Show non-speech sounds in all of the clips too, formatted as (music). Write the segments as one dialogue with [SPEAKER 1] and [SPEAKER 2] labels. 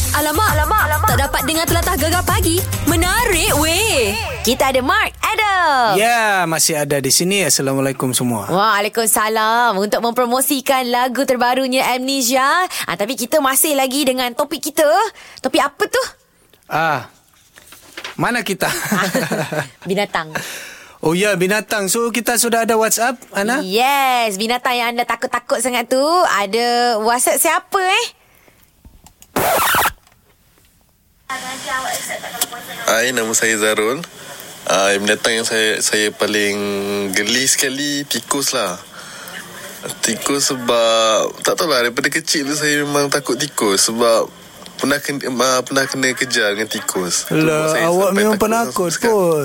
[SPEAKER 1] Alamak, alamak, alamak. Tak dapat dengar telatah gegar pagi. Menarik weh. Kita ada Mark Adam.
[SPEAKER 2] Ya, masih ada di sini. Assalamualaikum
[SPEAKER 1] Oh.
[SPEAKER 2] semua.
[SPEAKER 1] Waalaikumsalam Untuk mempromosikan lagu terbarunya Amnesia ah, Tapi kita masih lagi dengan topik kita Topik apa tu?
[SPEAKER 2] Ah. Mana kita?
[SPEAKER 1] binatang
[SPEAKER 2] oh ya, binatang. So kita sudah ada WhatsApp, Ana?
[SPEAKER 1] Yes, binatang yang anda takut-takut sangat tu Ada whatsapp siapa eh?
[SPEAKER 3] Hai, nama saya Zarul. Uh, binatang yang saya saya paling geli sekali tikus lah. Tikus sebab tak tahu lah daripada kecil tu saya memang takut tikus sebab pernah kena, uh, pernah kena kejar dengan tikus. Tu buat saya
[SPEAKER 2] Lah, awak
[SPEAKER 3] sampai
[SPEAKER 2] memang
[SPEAKER 3] takut
[SPEAKER 2] penakut
[SPEAKER 3] sekarang.
[SPEAKER 2] pun.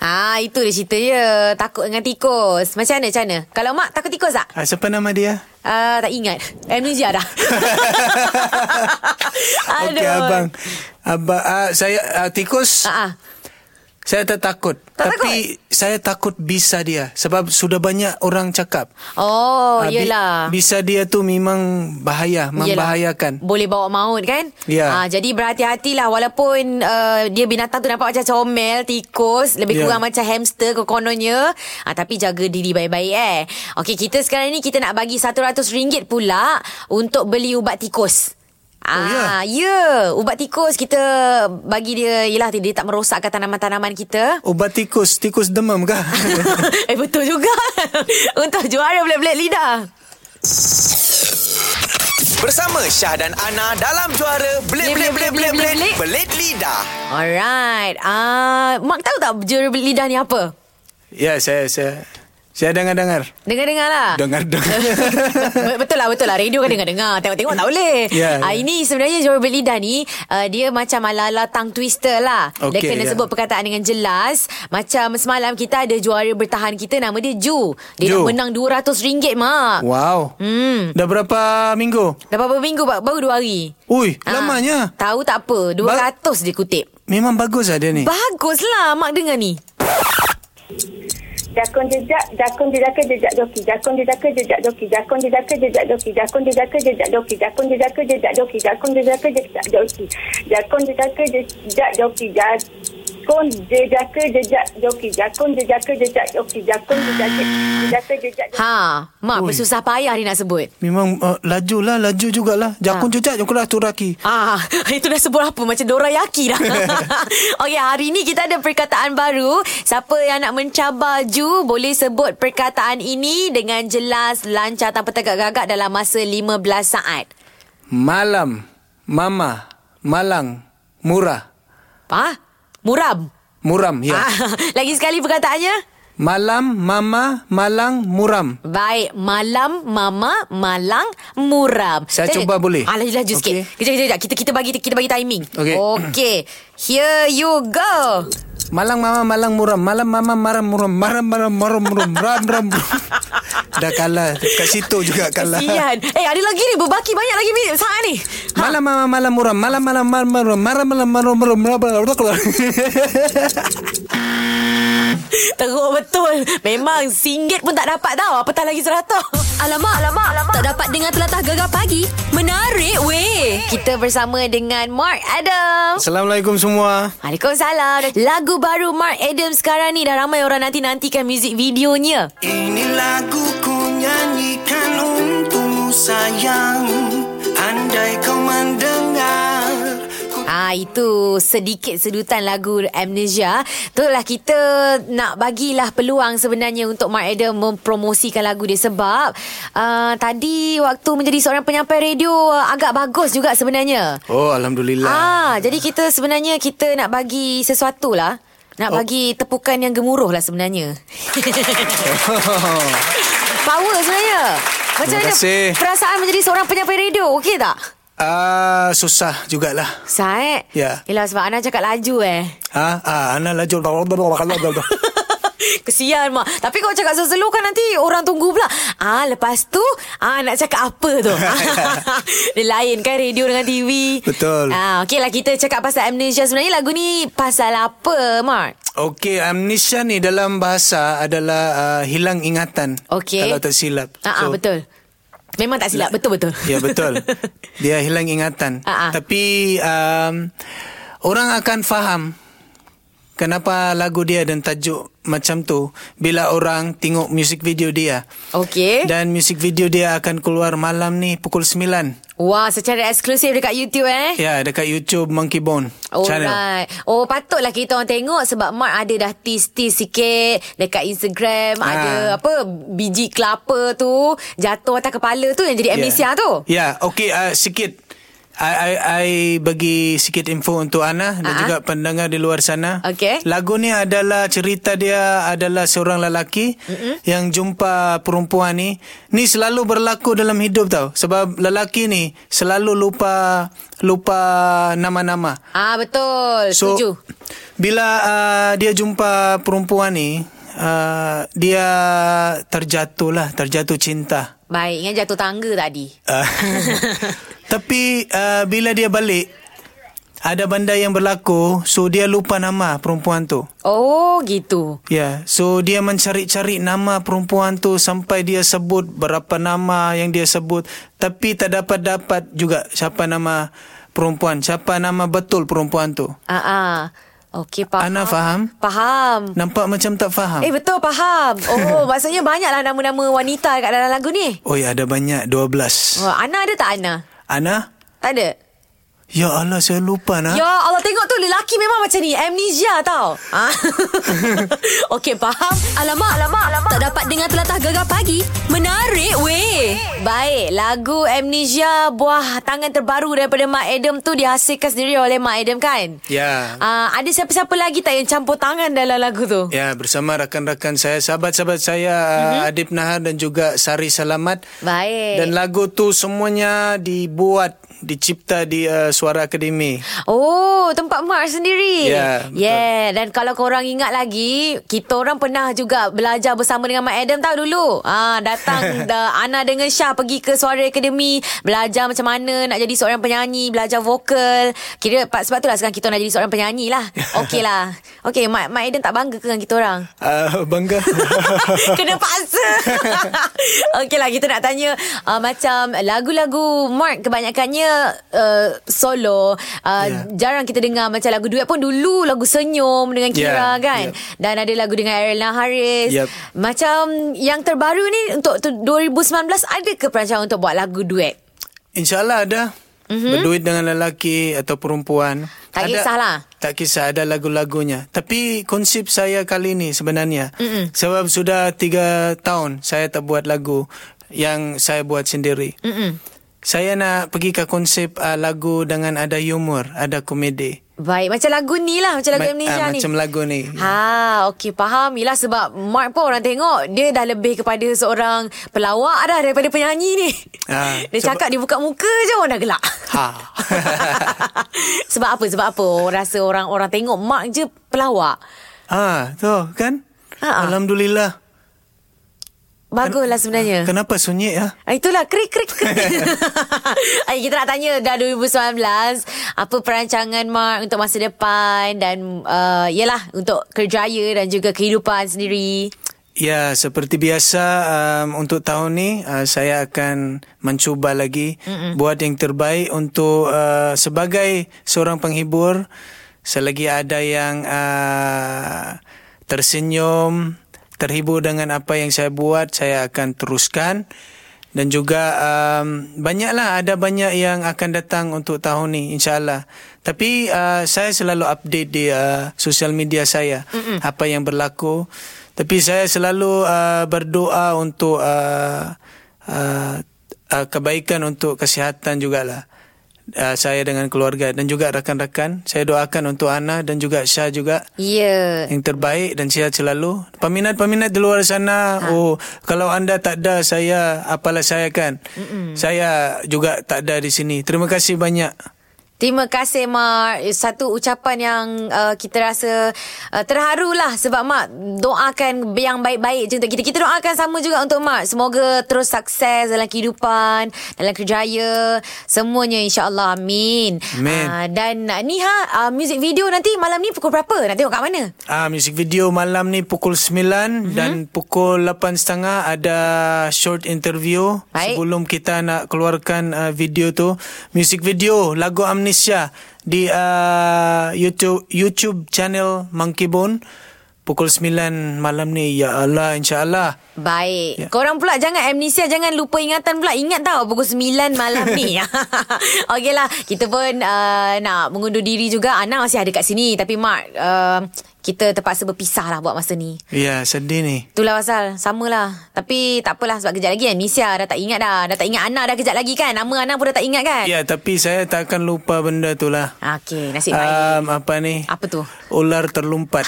[SPEAKER 1] Ah, itu dia cerita dia Takut dengan tikus Macam mana, macam mana? Kalau mak takut tikus tak?
[SPEAKER 2] Ah, siapa nama dia?
[SPEAKER 1] Uh, tak ingat Amnesia dah
[SPEAKER 2] (laughs)
[SPEAKER 1] (laughs)
[SPEAKER 2] Okey, abang. Abang, ah, saya ah, tikus.
[SPEAKER 1] Ah, ah.
[SPEAKER 2] Saya tak takut.
[SPEAKER 1] Tak
[SPEAKER 2] Tapi saya takut bisa dia sebab sudah banyak orang cakap.
[SPEAKER 1] Oh,
[SPEAKER 2] Ah, bi-
[SPEAKER 1] yelah
[SPEAKER 2] Bisa dia tu memang bahaya, membahayakan.
[SPEAKER 1] Yelah, boleh bawa maut kan?
[SPEAKER 2] Ya.
[SPEAKER 1] Ah, jadi berhati-hatilah walaupun uh, dia binatang tu nampak macam comel, tikus, lebih
[SPEAKER 2] Ya.
[SPEAKER 1] kurang macam hamster kokononnya. Ah, tapi jaga diri baik-baik eh. Okey, kita sekarang ni kita nak bagi RM100 pula untuk beli ubat tikus.
[SPEAKER 2] Oh,
[SPEAKER 1] Ah, ya. Yeah. Ubat tikus kita bagi dia ialah dia tak merosakkan tanaman-tanaman
[SPEAKER 2] (laughs)
[SPEAKER 1] kita. (laughs)
[SPEAKER 2] Ubat Oh, tikus, tikus demam kah?
[SPEAKER 1] eh betul juga. (laughs) untuk juara belit-belit lidah.
[SPEAKER 4] Bersama Syah dan Ana dalam juara Belit Belit Belit Belit Belit Belit, belit Lidah.
[SPEAKER 1] Alright. Ah, Mak tahu tak juara belit lidah ni apa?
[SPEAKER 2] ya, saya saya saya dengar-dengar.
[SPEAKER 1] Dengar-dengar lah
[SPEAKER 2] Dengar-dengar.
[SPEAKER 1] (laughs) Betul lah betul lah Radio kan dengar-dengar Tengok-tengok tak boleh
[SPEAKER 2] Ya,
[SPEAKER 1] Ah,
[SPEAKER 2] ya.
[SPEAKER 1] Ini sebenarnya Jual berlidah ni uh, Dia macam ala-ala Tongue twister lah Dia
[SPEAKER 2] Okey,
[SPEAKER 1] kena
[SPEAKER 2] ya.
[SPEAKER 1] sebut perkataan dengan jelas Macam semalam Kita ada juara bertahan kita Nama dia Ju Dia
[SPEAKER 2] Ju.
[SPEAKER 1] nak menang RM200 Mak
[SPEAKER 2] Wow. Hmm. Dah berapa minggu?
[SPEAKER 1] Dah berapa minggu ba- Baru dua hari
[SPEAKER 2] Ui,
[SPEAKER 1] Ah,
[SPEAKER 2] lamanya.
[SPEAKER 1] Tahu tak apa 200
[SPEAKER 2] Ba-
[SPEAKER 1] dia kutip
[SPEAKER 2] Memang bagus lah dia ni.
[SPEAKER 1] Baguslah Mak dengar ni
[SPEAKER 5] Jakun jejak, jakun jejaka jejak joki, jakun jejaka jejak joki, jakun jejaka jejak joki, jakun jejaka jejak joki, jakun jejaka jejak joki, jakun jejaka jejak joki, jakun jejaka jejak joki, jakun jejaka jejak joki, jakun jejaka jejak joki, jakun jejaka jejaka jejak joki.
[SPEAKER 1] Ha Mak
[SPEAKER 2] Ui.
[SPEAKER 1] bersusah payah dia nak sebut
[SPEAKER 2] Memang uh, laju lah, laju jugalah. Jakun jejak, jakun lah turaki.
[SPEAKER 1] Ah, (laughs) itu dah sebut apa macam dorayaki dah.
[SPEAKER 2] (laughs)
[SPEAKER 1] Okey, hari ni kita ada perkataan baru. Siapa yang nak mencabar Ju boleh sebut perkataan ini dengan jelas, lancar tanpa tegak-gagak dalam masa 15 saat.
[SPEAKER 2] Malam, mama, malang, murah,
[SPEAKER 1] Ah, muram.
[SPEAKER 2] muram. Ya.
[SPEAKER 1] Ah, (laughs) lagi sekali perkataannya.
[SPEAKER 2] Malam, mama, malang, muram.
[SPEAKER 1] Baik, malam, mama, malang, muram.
[SPEAKER 2] Saya
[SPEAKER 1] Jadi-
[SPEAKER 2] cuba boleh?
[SPEAKER 1] Ah, laju laju sikit.
[SPEAKER 2] Okey.
[SPEAKER 1] Kejap, kejap, kejap. Kita kita bagi kita bagi timing.
[SPEAKER 2] Okey.
[SPEAKER 1] Okey. Here you
[SPEAKER 2] (laughs)
[SPEAKER 1] go.
[SPEAKER 2] Malang, mama, malang, muram. Malam, mama, maram, muram. Maram, maram, maram, muram. Ram, ram,
[SPEAKER 1] (laughs)
[SPEAKER 2] muram. Dah kalah. Kat situ juga kalah.
[SPEAKER 1] Kesian Eh ada lagi ni Berbaki banyak lagi minit Saat ni
[SPEAKER 2] Malam, mama, malam, muram. Malam, malam, malam, muram. Malam, malam, malam, muram. Malam, malam, malam,
[SPEAKER 1] (laughs)
[SPEAKER 2] muram.
[SPEAKER 1] Teruk betul Memang singgit pun tak dapat tau Apatah lagi serata Alamak, alamak, alamak Tak dapat dengar telatah gegar pagi Menarik weh Kita bersama dengan Mark Adam
[SPEAKER 2] Assalamualaikum semua.
[SPEAKER 1] Waalaikumsalam Lagu baru Mark Adam sekarang ni Dah ramai orang nanti-nantikan muzik videonya
[SPEAKER 6] Ini lagu ku nyanyikan untukmu sayang Andai kau mendengar ku
[SPEAKER 1] Ah itu sedikit sedutan lagu Amnesia. Itulah kita nak bagilah peluang sebenarnya untuk Mark Adam mempromosikan lagu dia sebab uh, tadi waktu menjadi seorang penyampai radio uh, agak bagus juga sebenarnya.
[SPEAKER 2] Oh, alhamdulillah.
[SPEAKER 1] Ah jadi kita sebenarnya kita nak bagi sesuatu lah. Nak oh. bagi tepukan yang gemuruh lah
[SPEAKER 2] (laughs)
[SPEAKER 1] sebenarnya. Power sebenarnya. Macam
[SPEAKER 2] Terima
[SPEAKER 1] mana
[SPEAKER 2] kasih.
[SPEAKER 1] perasaan menjadi seorang penyampai radio? Okey tak?
[SPEAKER 2] Ah, susah jugalah.
[SPEAKER 1] Saat?
[SPEAKER 2] Ya.
[SPEAKER 1] Yelah sebab Ana cakap laju
[SPEAKER 2] (laughs)
[SPEAKER 1] eh.
[SPEAKER 2] Ha? Ah, ana laju.
[SPEAKER 1] Kesian mak Tapi kau cakap seselu kan nanti Orang tunggu pula Ah Lepas tu ah Nak cakap apa
[SPEAKER 2] (laughs)
[SPEAKER 1] tu Dia lain kan radio dengan TV
[SPEAKER 2] Betul.
[SPEAKER 1] ah, Okey lah kita cakap pasal amnesia Sebenarnya lagu ni Pasal apa Mark?
[SPEAKER 2] Okey, amnesia ni dalam bahasa adalah uh, ah, hilang ingatan.
[SPEAKER 1] Okey.
[SPEAKER 2] Kalau tak silap.
[SPEAKER 1] Ah, ah, betul Memang tak silap Betul-betul
[SPEAKER 2] Ya betul Dia hilang ingatan
[SPEAKER 1] Ah, ah.
[SPEAKER 2] Tapi um, Orang akan faham Kenapa lagu dia dan tajuk macam tu Bila orang tengok music video dia
[SPEAKER 1] (laughs) Okey.
[SPEAKER 2] Dan music video dia akan keluar malam ni pukul 9
[SPEAKER 1] Wah secara eksklusif dekat YouTube eh
[SPEAKER 2] Ya dekat YouTube Monkey Bone channel
[SPEAKER 1] Alright. Oh patutlah kita orang tengok sebab Mark ada dah tease-tease sikit dekat Instagram
[SPEAKER 2] Ah.
[SPEAKER 1] ada apa biji kelapa tu jatuh atas kepala tu yang jadi amnesia
[SPEAKER 2] Ya.
[SPEAKER 1] ah tu.
[SPEAKER 2] Ya okey uh, sikit I, I, I bagi sikit info untuk Ana dan
[SPEAKER 1] Ah.
[SPEAKER 2] juga pendengar di luar sana.
[SPEAKER 1] Okey.
[SPEAKER 2] Lagu ni adalah cerita dia adalah seorang lelaki mm yang jumpa perempuan ni. Ni selalu berlaku dalam hidup tau. Sebab lelaki ni selalu lupa lupa nama-nama.
[SPEAKER 1] Ah betul.
[SPEAKER 2] So
[SPEAKER 1] Setuju.
[SPEAKER 2] bila uh, dia jumpa perempuan ni, uh, dia terjatuhlah, terjatuh cinta.
[SPEAKER 1] Baik, ingat jatuh tangga tadi. (laughs)
[SPEAKER 2] Ah. Tapi uh, bila dia balik ada benda yang berlaku so dia lupa nama perempuan tu.
[SPEAKER 1] Oh gitu.
[SPEAKER 2] Ya, yeah. so dia mencari-cari nama perempuan tu sampai dia sebut berapa nama yang dia sebut tapi tak dapat dapat juga siapa nama perempuan, siapa nama betul perempuan tu.
[SPEAKER 1] Ah ah. Okey faham.
[SPEAKER 2] Ana faham?
[SPEAKER 1] Faham.
[SPEAKER 2] Nampak macam tak faham.
[SPEAKER 1] Eh betul faham.
[SPEAKER 2] (laughs)
[SPEAKER 1] Oh maksudnya banyaklah nama-nama wanita kat dalam lagu ni.
[SPEAKER 2] Oh ya, ada banyak 12.
[SPEAKER 1] Wah, Ana ada tak Ana?
[SPEAKER 2] Ana?
[SPEAKER 1] Tak ada.
[SPEAKER 2] Ya Allah, saya lupa nak.
[SPEAKER 1] Ya Allah tengok tu lelaki memang macam ni Amnesia tau ha?
[SPEAKER 2] (laughs)
[SPEAKER 1] Okey faham alamak, alamak alamak Tak dapat dengar telatah gegar pagi Menarik weh Baik lagu Amnesia Buah tangan terbaru daripada Mak Adam tu Dihasilkan sendiri oleh Mak Adam kan
[SPEAKER 2] Ya.
[SPEAKER 1] Ah, Ada siapa-siapa lagi tak yang campur tangan dalam lagu tu
[SPEAKER 2] Ya, bersama rakan-rakan saya, sahabat-sahabat saya mm-hmm. Adib Nahar dan juga Sari Salamat.
[SPEAKER 1] Mhm. Baik
[SPEAKER 2] Dan lagu tu semuanya dibuat, dicipta di uh, Suara Akademi.
[SPEAKER 1] Oh, tempat Mark sendiri.
[SPEAKER 2] Ya, betul.
[SPEAKER 1] yeah. Dan kalau korang ingat lagi, kita orang pernah juga belajar bersama dengan Mak Adam tahu dulu. Ah,
[SPEAKER 2] (laughs)
[SPEAKER 1] datang da, Ana dengan Syah pergi ke Suara Akademi, belajar macam mana nak jadi seorang penyanyi, belajar vokal. Kira pa- sebab itulah sekarang kita nak jadi seorang penyanyi
[SPEAKER 2] (laughs)
[SPEAKER 1] lah. Okey lah. Okey, Mak, Mak Adam tak bangga ke dengan kita orang?
[SPEAKER 2] Uh, bangga.
[SPEAKER 1] (laughs)
[SPEAKER 2] (laughs)
[SPEAKER 1] Kena paksa (laughs) Okeylah kita nak tanya uh, Macam lagu-lagu Mark kebanyakannya uh, Solo uh, yeah.
[SPEAKER 2] Ya.
[SPEAKER 1] Jarang kita dengar macam lagu duet pun Dulu lagu Senyum dengan Kira yeah.
[SPEAKER 2] Ya,
[SPEAKER 1] kan
[SPEAKER 2] ya.
[SPEAKER 1] Dan ada lagu dengan Ariana Harris
[SPEAKER 2] Yap.
[SPEAKER 1] Macam yang terbaru ni Untuk tu- 2019 Ada ke perancangan untuk buat lagu duet?
[SPEAKER 2] InsyaAllah ada. Mm-hmm. Berduit dengan lelaki atau perempuan.
[SPEAKER 1] Mhm. Tak
[SPEAKER 2] Ada-
[SPEAKER 1] kisahlah.
[SPEAKER 2] Tak kisah, ada lagu-lagunya. Tapi konsep saya kali ni sebenarnya. Mm-mm. Sebab sudah tiga tahun saya tak buat lagu yang saya buat sendiri.
[SPEAKER 1] Mm-mm.
[SPEAKER 2] Saya nak pergi ke konsep uh, lagu dengan ada humor, ada komedi.
[SPEAKER 1] Baik Macam lagu ni lah Macam lagu
[SPEAKER 2] Ma-
[SPEAKER 1] Amnesia
[SPEAKER 2] ah,
[SPEAKER 1] ni
[SPEAKER 2] Macam lagu ni.
[SPEAKER 1] Ha, okey faham. Yalah sebab Mark pun orang tengok dia dah lebih kepada seorang pelawak dah daripada penyanyi ni.
[SPEAKER 2] Ah,
[SPEAKER 1] (laughs) dia
[SPEAKER 2] sebab-
[SPEAKER 1] cakap dia buka muka je orang dah gelak.
[SPEAKER 2] Ha.
[SPEAKER 1] (laughs) sebab apa? Sebab apa? Orang rasa orang-orang tengok Mark je pelawak.
[SPEAKER 2] Ah, tu kan?
[SPEAKER 1] Ha-ha.
[SPEAKER 2] Alhamdulillah.
[SPEAKER 1] Baguslah sebenarnya.
[SPEAKER 2] Kenapa sunyi ya?
[SPEAKER 1] Ah, Itulah krik krik (laughs) krik. Ay, kita nak tanya dah 2019 apa perancangan Mark untuk masa depan dan uh, yalah untuk kerjaya dan juga kehidupan sendiri.
[SPEAKER 2] Ya, seperti biasa um, untuk tahun ni uh, saya akan mencuba lagi Mm-mm. buat yang terbaik untuk uh, sebagai seorang penghibur selagi ada yang uh, tersenyum, terhibur dengan apa yang saya buat, saya akan teruskan dan juga um, banyaklah ada banyak yang akan datang untuk tahun ni insyaallah. Tapi uh, saya selalu update di uh, sosial media saya Mm-mm. apa yang berlaku. Tapi saya selalu uh, berdoa untuk uh, uh, uh, kebaikan untuk kesihatan jugalah. Uh, saya dengan keluarga dan juga rakan-rakan. Saya doakan untuk Ana dan juga Syah juga
[SPEAKER 1] Ya. Yeah.
[SPEAKER 2] yang terbaik dan sihat selalu. Peminat-peminat di luar sana, ha. oh kalau anda tak ada saya apalah saya kan. Mm-mm. Saya juga tak ada di sini. Terima kasih banyak.
[SPEAKER 1] Terima kasih Mak. Satu ucapan yang uh, kita rasa uh, terharu lah sebab Mak doakan yang baik-baik je untuk kita. Kita doakan sama juga untuk Mak. Semoga terus sukses dalam kehidupan, dalam kerjaya, semuanya insya-Allah. Amin.
[SPEAKER 2] Amin.
[SPEAKER 1] Ah, dan uh, Niha uh, music video nanti malam ni pukul berapa? Nak tengok kat mana?
[SPEAKER 2] Ah, music video malam ni pukul 9 mm-hmm. dan pukul 8.30 ada short interview
[SPEAKER 1] Baik.
[SPEAKER 2] sebelum kita nak keluarkan uh, video tu. Music video lagu Amnesia di uh, YouTube YouTube channel Monkey Bone pukul 9 malam ni. Ya Allah insya-Allah.
[SPEAKER 1] Baik.
[SPEAKER 2] Ya.
[SPEAKER 1] Yeah. Korang pula jangan amnesia, jangan lupa ingatan pula. Ingat tau pukul 9 malam
[SPEAKER 2] (laughs)
[SPEAKER 1] ni. (laughs) Okeylah, kita pun uh, nak mengundur diri juga. Ana masih ada kat sini tapi Mak uh, kita terpaksa berpisah lah buat masa ni.
[SPEAKER 2] Ya, sedih ni.
[SPEAKER 1] Itulah pasal Samalah Tapi tak apalah Sebab kejap lagi Amnesia Dah tak ingat dah Dah tak ingat Ana dah kejap lagi kan Nama Ana pun dah tak ingat kan
[SPEAKER 2] Ya, tapi saya takkan lupa benda tu lah.
[SPEAKER 1] Okey nasib Eh, baik Ah.
[SPEAKER 2] Um, apa ni?
[SPEAKER 1] Apa tu? (laughs)
[SPEAKER 2] Ular terlompat.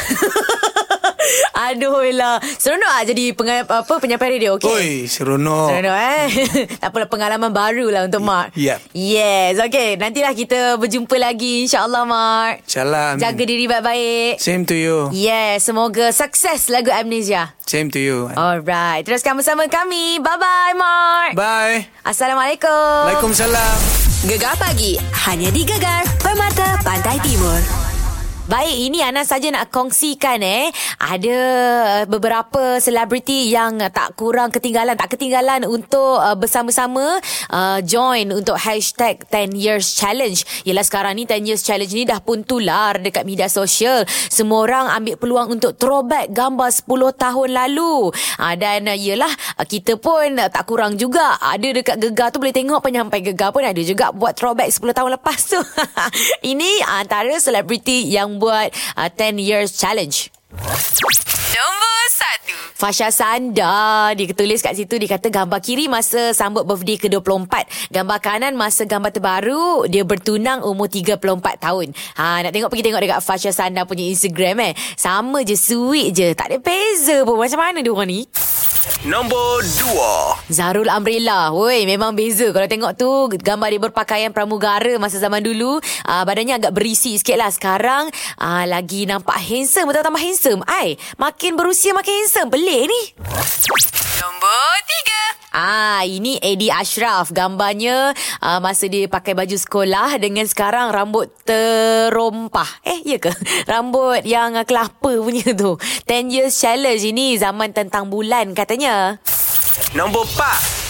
[SPEAKER 1] Aduh lah Seronok lah jadi penga- apa, Penyampaian radio Okey
[SPEAKER 2] Oi, seronok.
[SPEAKER 1] Seronok eh (laughs) Tak apalah pengalaman baru lah untuk Mark
[SPEAKER 2] Yep.
[SPEAKER 1] Yes Okay Nantilah kita berjumpa lagi InsyaAllah Mark
[SPEAKER 2] Insya-Allah. amin.
[SPEAKER 1] Jaga diri baik-baik
[SPEAKER 2] Same to you.
[SPEAKER 1] Yes Semoga sukses lagu Amnesia
[SPEAKER 2] Same to you.
[SPEAKER 1] Alright Teruskan bersama kami Bye-bye Mark
[SPEAKER 2] Bye.
[SPEAKER 1] Assalamualaikum
[SPEAKER 2] Waalaikumsalam.
[SPEAKER 7] Gegar pagi hanya di Gegar Permata Pantai Timur.
[SPEAKER 1] Baik, ini Ana saja nak kongsikan eh. Ada uh, beberapa selebriti yang uh, tak kurang ketinggalan, tak ketinggalan untuk uh, bersama-sama uh, join untuk hashtag 10 Years Challenge. Yelah sekarang ni 10 Years Challenge ni dah pun tular dekat media sosial. Semua orang ambil peluang untuk throwback gambar 10 tahun lalu. Uh, dan uh, yelah, uh, kita pun uh, tak kurang juga. Ada dekat Gegar tu boleh tengok penyampai Gegar pun ada juga buat throwback 10 tahun lepas tu. (laughs) ini antara selebriti yang buat uh, 10 Years Challenge.
[SPEAKER 7] Nombor 1.
[SPEAKER 1] Fasha Sanda Dia tulis kat situ Dia kata gambar kiri Masa sambut birthday ke-24 Gambar kanan Masa gambar terbaru Dia bertunang Umur 34 tahun ha, Nak tengok pergi tengok Dekat Fasha Sanda punya Instagram eh Sama je Sweet je Tak ada beza pun Macam mana dia orang ni
[SPEAKER 4] Nombor dua.
[SPEAKER 1] Zarul Amrella Woi memang beza Kalau tengok tu Gambar dia berpakaian pramugara Masa zaman dulu uh, Badannya agak berisi sikit lah Sekarang uh, Lagi nampak handsome Betul tambah handsome Ai Makin berusia makin handsome Pelik ni
[SPEAKER 7] Nombor
[SPEAKER 1] Ah, ini Eddie Ashraf. Gambarnya uh, masa dia pakai baju sekolah dengan sekarang rambut terompah. Eh, ya ke? (laughs) Rambut yang uh, kelapa punya tu. 10 years challenge ini zaman tentang bulan katanya.
[SPEAKER 4] Nombor empat.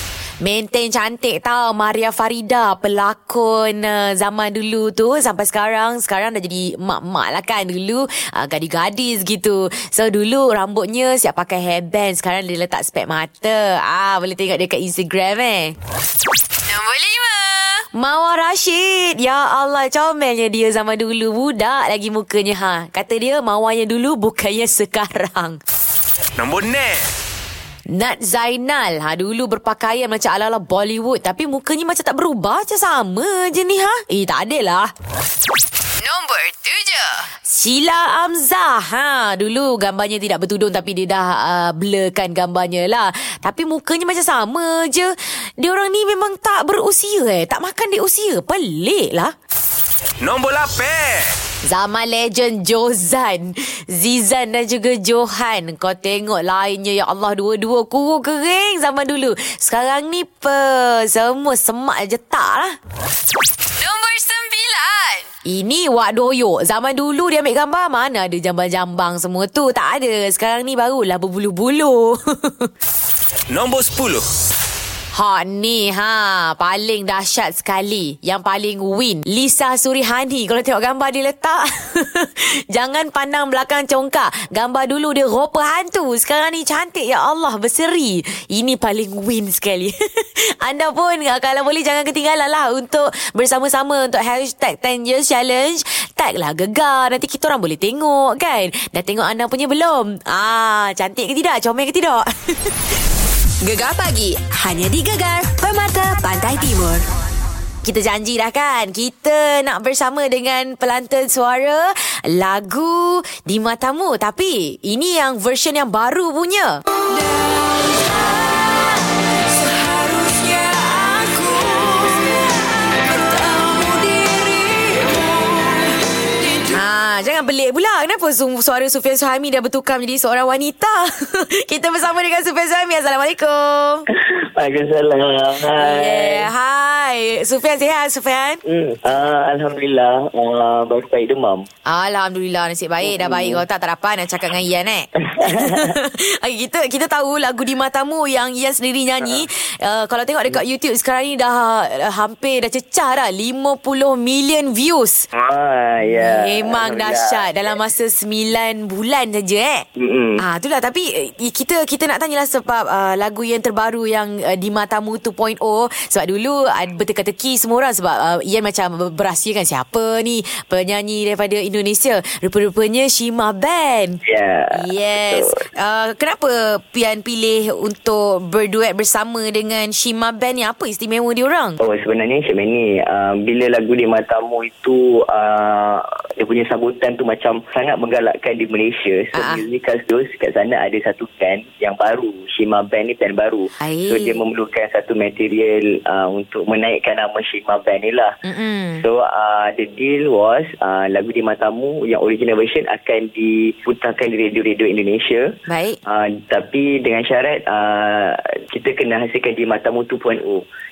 [SPEAKER 1] Maintain cantik tau Maria Farida Pelakon uh, zaman dulu tu Sampai sekarang Sekarang dah jadi mak-mak lah kan Dulu uh, gadis-gadis gitu So dulu rambutnya siap pakai hairband Sekarang dia letak spek mata Ah Boleh tengok dekat Instagram eh
[SPEAKER 7] Nombor 5.
[SPEAKER 1] Mawar Rashid Ya Allah comelnya dia zaman dulu Budak lagi mukanya ha Kata dia Mawar yang dulu bukannya (laughs) sekarang
[SPEAKER 4] Nombor enam.
[SPEAKER 1] Nat Zainal ha, Dulu berpakaian macam ala-ala Bollywood Tapi mukanya macam tak berubah Macam sama je ni ha Eh tak adalah
[SPEAKER 7] Nombor 7.
[SPEAKER 1] Sheila Amzah ha, Dulu gambarnya tidak bertudung Tapi dia dah uh, blurkan gambarnya lah Tapi mukanya macam sama je Dia orang ni memang tak berusia eh Tak makan dia usia Pelik lah
[SPEAKER 4] Nombor lapan.
[SPEAKER 1] Zaman legend Jozan Zizan dan juga Johan Kau tengok lainnya Ya Allah Dua-dua kurung kering zaman dulu Sekarang ni pe, Semua semak je tak lah
[SPEAKER 7] Nombor 9.
[SPEAKER 1] ini Wak Doyok Zaman dulu dia ambil gambar Mana ada jambang-jambang semua tu Tak ada Sekarang ni barulah berbulu-bulu (laughs)
[SPEAKER 4] Nombor sepuluh.
[SPEAKER 1] Ha ni ha Paling dahsyat sekali Yang paling win Lisa Surihani Kalau tengok gambar dia letak (laughs) Jangan pandang belakang congkak Gambar dulu dia rupa hantu Sekarang ni cantik ya Allah Berseri Ini paling win sekali (laughs) Anda pun uh, Kalau boleh jangan ketinggalan lah Untuk bersama-sama Untuk hashtag 10 years challenge Tag lah gegar Nanti kita orang boleh tengok kan Dah tengok anda punya belum? Ah, Cantik ke tidak? Comel ke tidak? (laughs)
[SPEAKER 7] Gegar pagi hanya di Gegar Permata Pantai Timur.
[SPEAKER 1] Kita janji dah kan Kita nak bersama dengan pelantun suara Lagu Di Matamu Tapi ini yang version yang baru punya
[SPEAKER 7] Seharusnya aku bertemu dirimu
[SPEAKER 1] Ha, pelik pula. Kenapa su- suara Sufian Suhaimi dah bertukar menjadi seorang wanita? (laughs) Kita bersama dengan Sufian Suhaimi. Assalamualaikum.
[SPEAKER 8] Waalaikumsalam. Hai.
[SPEAKER 1] Yeah, hi. Sufian sihat, Sufian?
[SPEAKER 8] Hmm, ah, Alhamdulillah ah, Baik-baik demam
[SPEAKER 1] Alhamdulillah nasib baik dah baik kau tak tak dapat nak cakap dengan Ian (laughs) eh. okay, kita kita tahu lagu di matamu yang Ian sendiri nyanyi. Uh, kalau tengok dekat YouTube sekarang ni dah uh, hampir dah cecah dah 50 million views.
[SPEAKER 8] ah, ya.
[SPEAKER 1] Memang
[SPEAKER 8] Alhamdulillah.
[SPEAKER 1] dahsyat dalam masa 9 bulan saja eh.
[SPEAKER 8] Mm-mm.
[SPEAKER 1] Ah itulah tapi eh, kita kita nak tanyalah sebab uh, lagu yang terbaru yang uh, di matamu 2.0 sebab dulu uh, berteka-teki semua orang sebab uh, Ian macam ber- berahsia kan siapa ni penyanyi daripada Indonesia. Rupa-rupanya Shima Band.
[SPEAKER 8] Ya,
[SPEAKER 1] Yes.
[SPEAKER 8] betul.
[SPEAKER 1] Uh, kenapa Pian pilih untuk berduet bersama dengan Shima Band ni? Apa istimewa dia orang?
[SPEAKER 8] Oh sebenarnya macam ni uh, Bila lagu di matamu itu uh, Dia punya sambutan tu macam Sangat menggalakkan di Malaysia
[SPEAKER 1] Ah,
[SPEAKER 8] So
[SPEAKER 1] ah.
[SPEAKER 8] uh-huh. musical girls kat sana ada satu band Yang baru Shima Band ni band baru
[SPEAKER 1] Aih.
[SPEAKER 8] So dia memerlukan satu material uh, Untuk menaikkan nama Shima Band ni lah
[SPEAKER 1] Mm-mm.
[SPEAKER 8] So uh, the deal was uh, Lagu di matamu yang original version Akan diputarkan di radio-radio Indonesia
[SPEAKER 1] Baik.
[SPEAKER 8] Uh, tapi dengan syarat uh, kita kena hasilkan di Matamu 2.0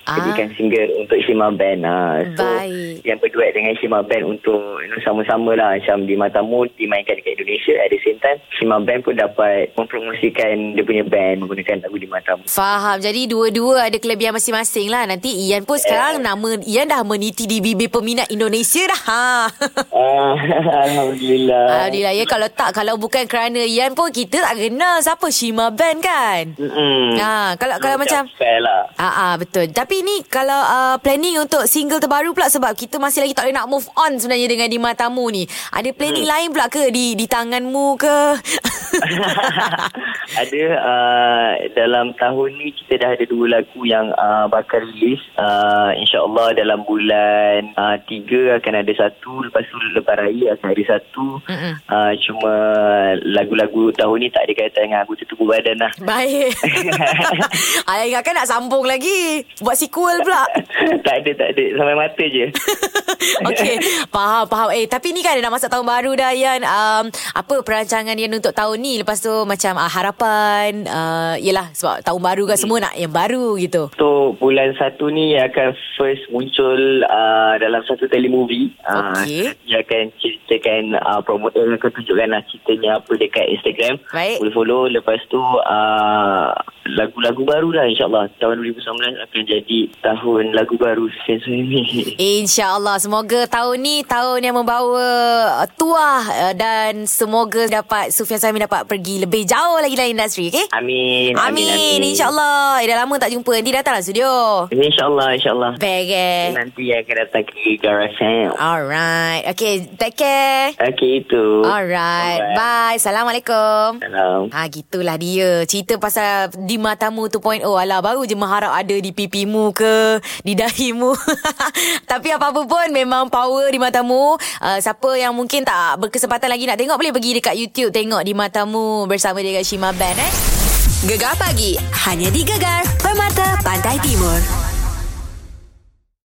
[SPEAKER 1] Ah.
[SPEAKER 8] jadikan single untuk Shima Band uh, so
[SPEAKER 1] Baik.
[SPEAKER 8] yang berduet dengan Shima Band untuk you know, sama-sama lah macam di Matamu dimainkan dekat Indonesia at the same time Shima Band pun dapat mempromosikan dia punya band menggunakan lagu di Matamu
[SPEAKER 1] Faham. Jadi dua-dua ada kelebihan masing-masing lah. Nanti Ian pun sekarang nama Ian dah meniti di bibir peminat Indonesia dah. Ha. (laughs)
[SPEAKER 8] uh, (laughs) Alhamdulillah
[SPEAKER 1] Alhamdulillah ya kalau tak kalau bukan kerana Ian pun kita tak kenal siapa Shima Band kan.
[SPEAKER 8] Mm-mm.
[SPEAKER 1] Ha kalau kalau macam
[SPEAKER 8] fair lah
[SPEAKER 1] Ah, ah betul. Tapi ni kalau uh, planning untuk single terbaru pula sebab kita masih lagi tak boleh nak move on sebenarnya dengan di matamu ni. Ada planning lain pula ke di di tanganmu ke? (laughs)
[SPEAKER 8] (laughs) ada uh, dalam tahun ni kita dah ada dua lagu yang uh, bakal rilis uh, insyaallah dalam bulan uh, tiga akan ada satu lepas tu lepas raya akan ada satu
[SPEAKER 1] Mm-mm.
[SPEAKER 8] uh, cuma lagu-lagu tahun ni tak ada kaitan dengan aku tertubuh badan lah (laughs)
[SPEAKER 1] (laughs) Baik. Ayah ingatkan nak sambung lagi. Buat sequel (laughs) pula.
[SPEAKER 8] tak ada tak ada sampai mata je
[SPEAKER 1] Okey, faham, faham. Eh, tapi ni kan dah masuk tahun baru dah, Yan. Um, apa perancangan Yan untuk tahun ni? Lepas tu macam uh, harapan, uh, yelah sebab tahun baru kan semua nak yang baru gitu.
[SPEAKER 8] So bulan satu ni ia akan first muncul uh, dalam satu telemovie. Uh,
[SPEAKER 1] Okey.
[SPEAKER 8] Ia akan ceritakan uh, promote eh, akan tunjukkan lah ceritanya apa dekat Instagram.
[SPEAKER 1] Baik.
[SPEAKER 8] Boleh follow. Lepas tu uh, lagu-lagu baru lah insyaAllah. Tahun 2019 akan jadi tahun lagu baru (laughs) sensor ini.
[SPEAKER 1] InsyaAllah Semoga tahun ni Tahun yang membawa uh, Tuah uh, Dan semoga dapat Sufian Sami dapat pergi Lebih jauh lagi dalam industri okay?
[SPEAKER 8] Amin.
[SPEAKER 1] Amin, amin. InsyaAllah eh, Dah lama tak jumpa Nanti datanglah studio
[SPEAKER 8] InsyaAllah, insyaAllah.
[SPEAKER 1] Baik eh
[SPEAKER 8] Nanti ia akan datang ke Garasam.
[SPEAKER 1] Ah. Alright Okay Take care
[SPEAKER 8] Okey itu.
[SPEAKER 1] Alright Bye Assalamualaikum
[SPEAKER 8] Salam.
[SPEAKER 1] Ha gitulah dia Cerita pasal Di matamu 2.0 Alah baru je mengharap ada Di pipimu ke Di dahimu (laughs) Tapi apa-apa pun Memang power di matamu uh, Siapa yang mungkin tak Berkesempatan lagi nak tengok Boleh pergi dekat YouTube Tengok di matamu Bersama dengan Shima Band eh
[SPEAKER 7] Gegar pagi hanya di Gegar Permata Pantai Timur.